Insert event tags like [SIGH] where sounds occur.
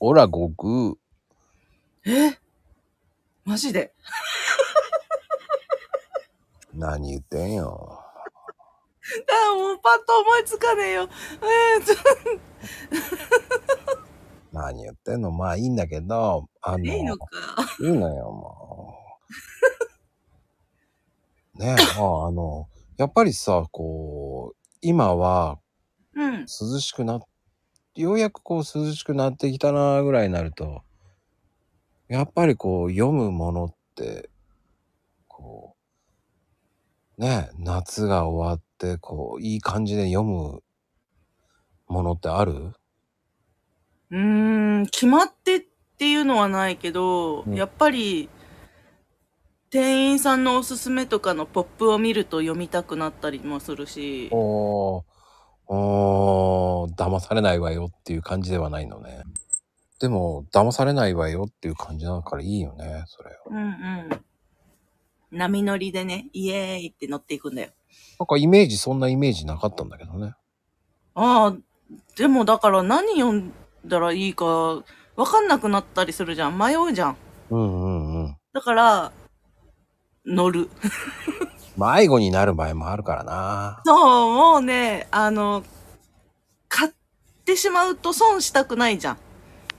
おら、悟空。えマジで何言ってんよ。あもうパッと思いつかねえよ。えー、ちょ何言ってんのまあいいんだけど、あの、いいのか。いいのよ、も [LAUGHS] う。ねえ、まあ、あの、やっぱりさ、こう、今はうん。涼しくなっ、ようやくこう涼しくなってきたなぐらいになると、やっぱりこう読むものって、こう、ねえ、夏が終わって、こう、いい感じで読むものってあるうーん、決まってっていうのはないけど、うんやっぱり、店員さんのおすすめとかのポップを見ると読みたくなったりもするし、おー、おー、騙されないわよっていう感じではないのね。でも、騙されないわよっていう感じだからいいよね、それ。うんうん。波乗りでね、イエーイって乗っていくんだよ。なんかイメージ、そんなイメージなかったんだけどね。ああ、でもだから何読んだらいいか、わかんなくなったりするじゃん。迷うじゃん。うんうんうん。だから、乗る。迷子になる場合もあるからな。そう、もうね、あの、買ってしまうと損したくないじゃん。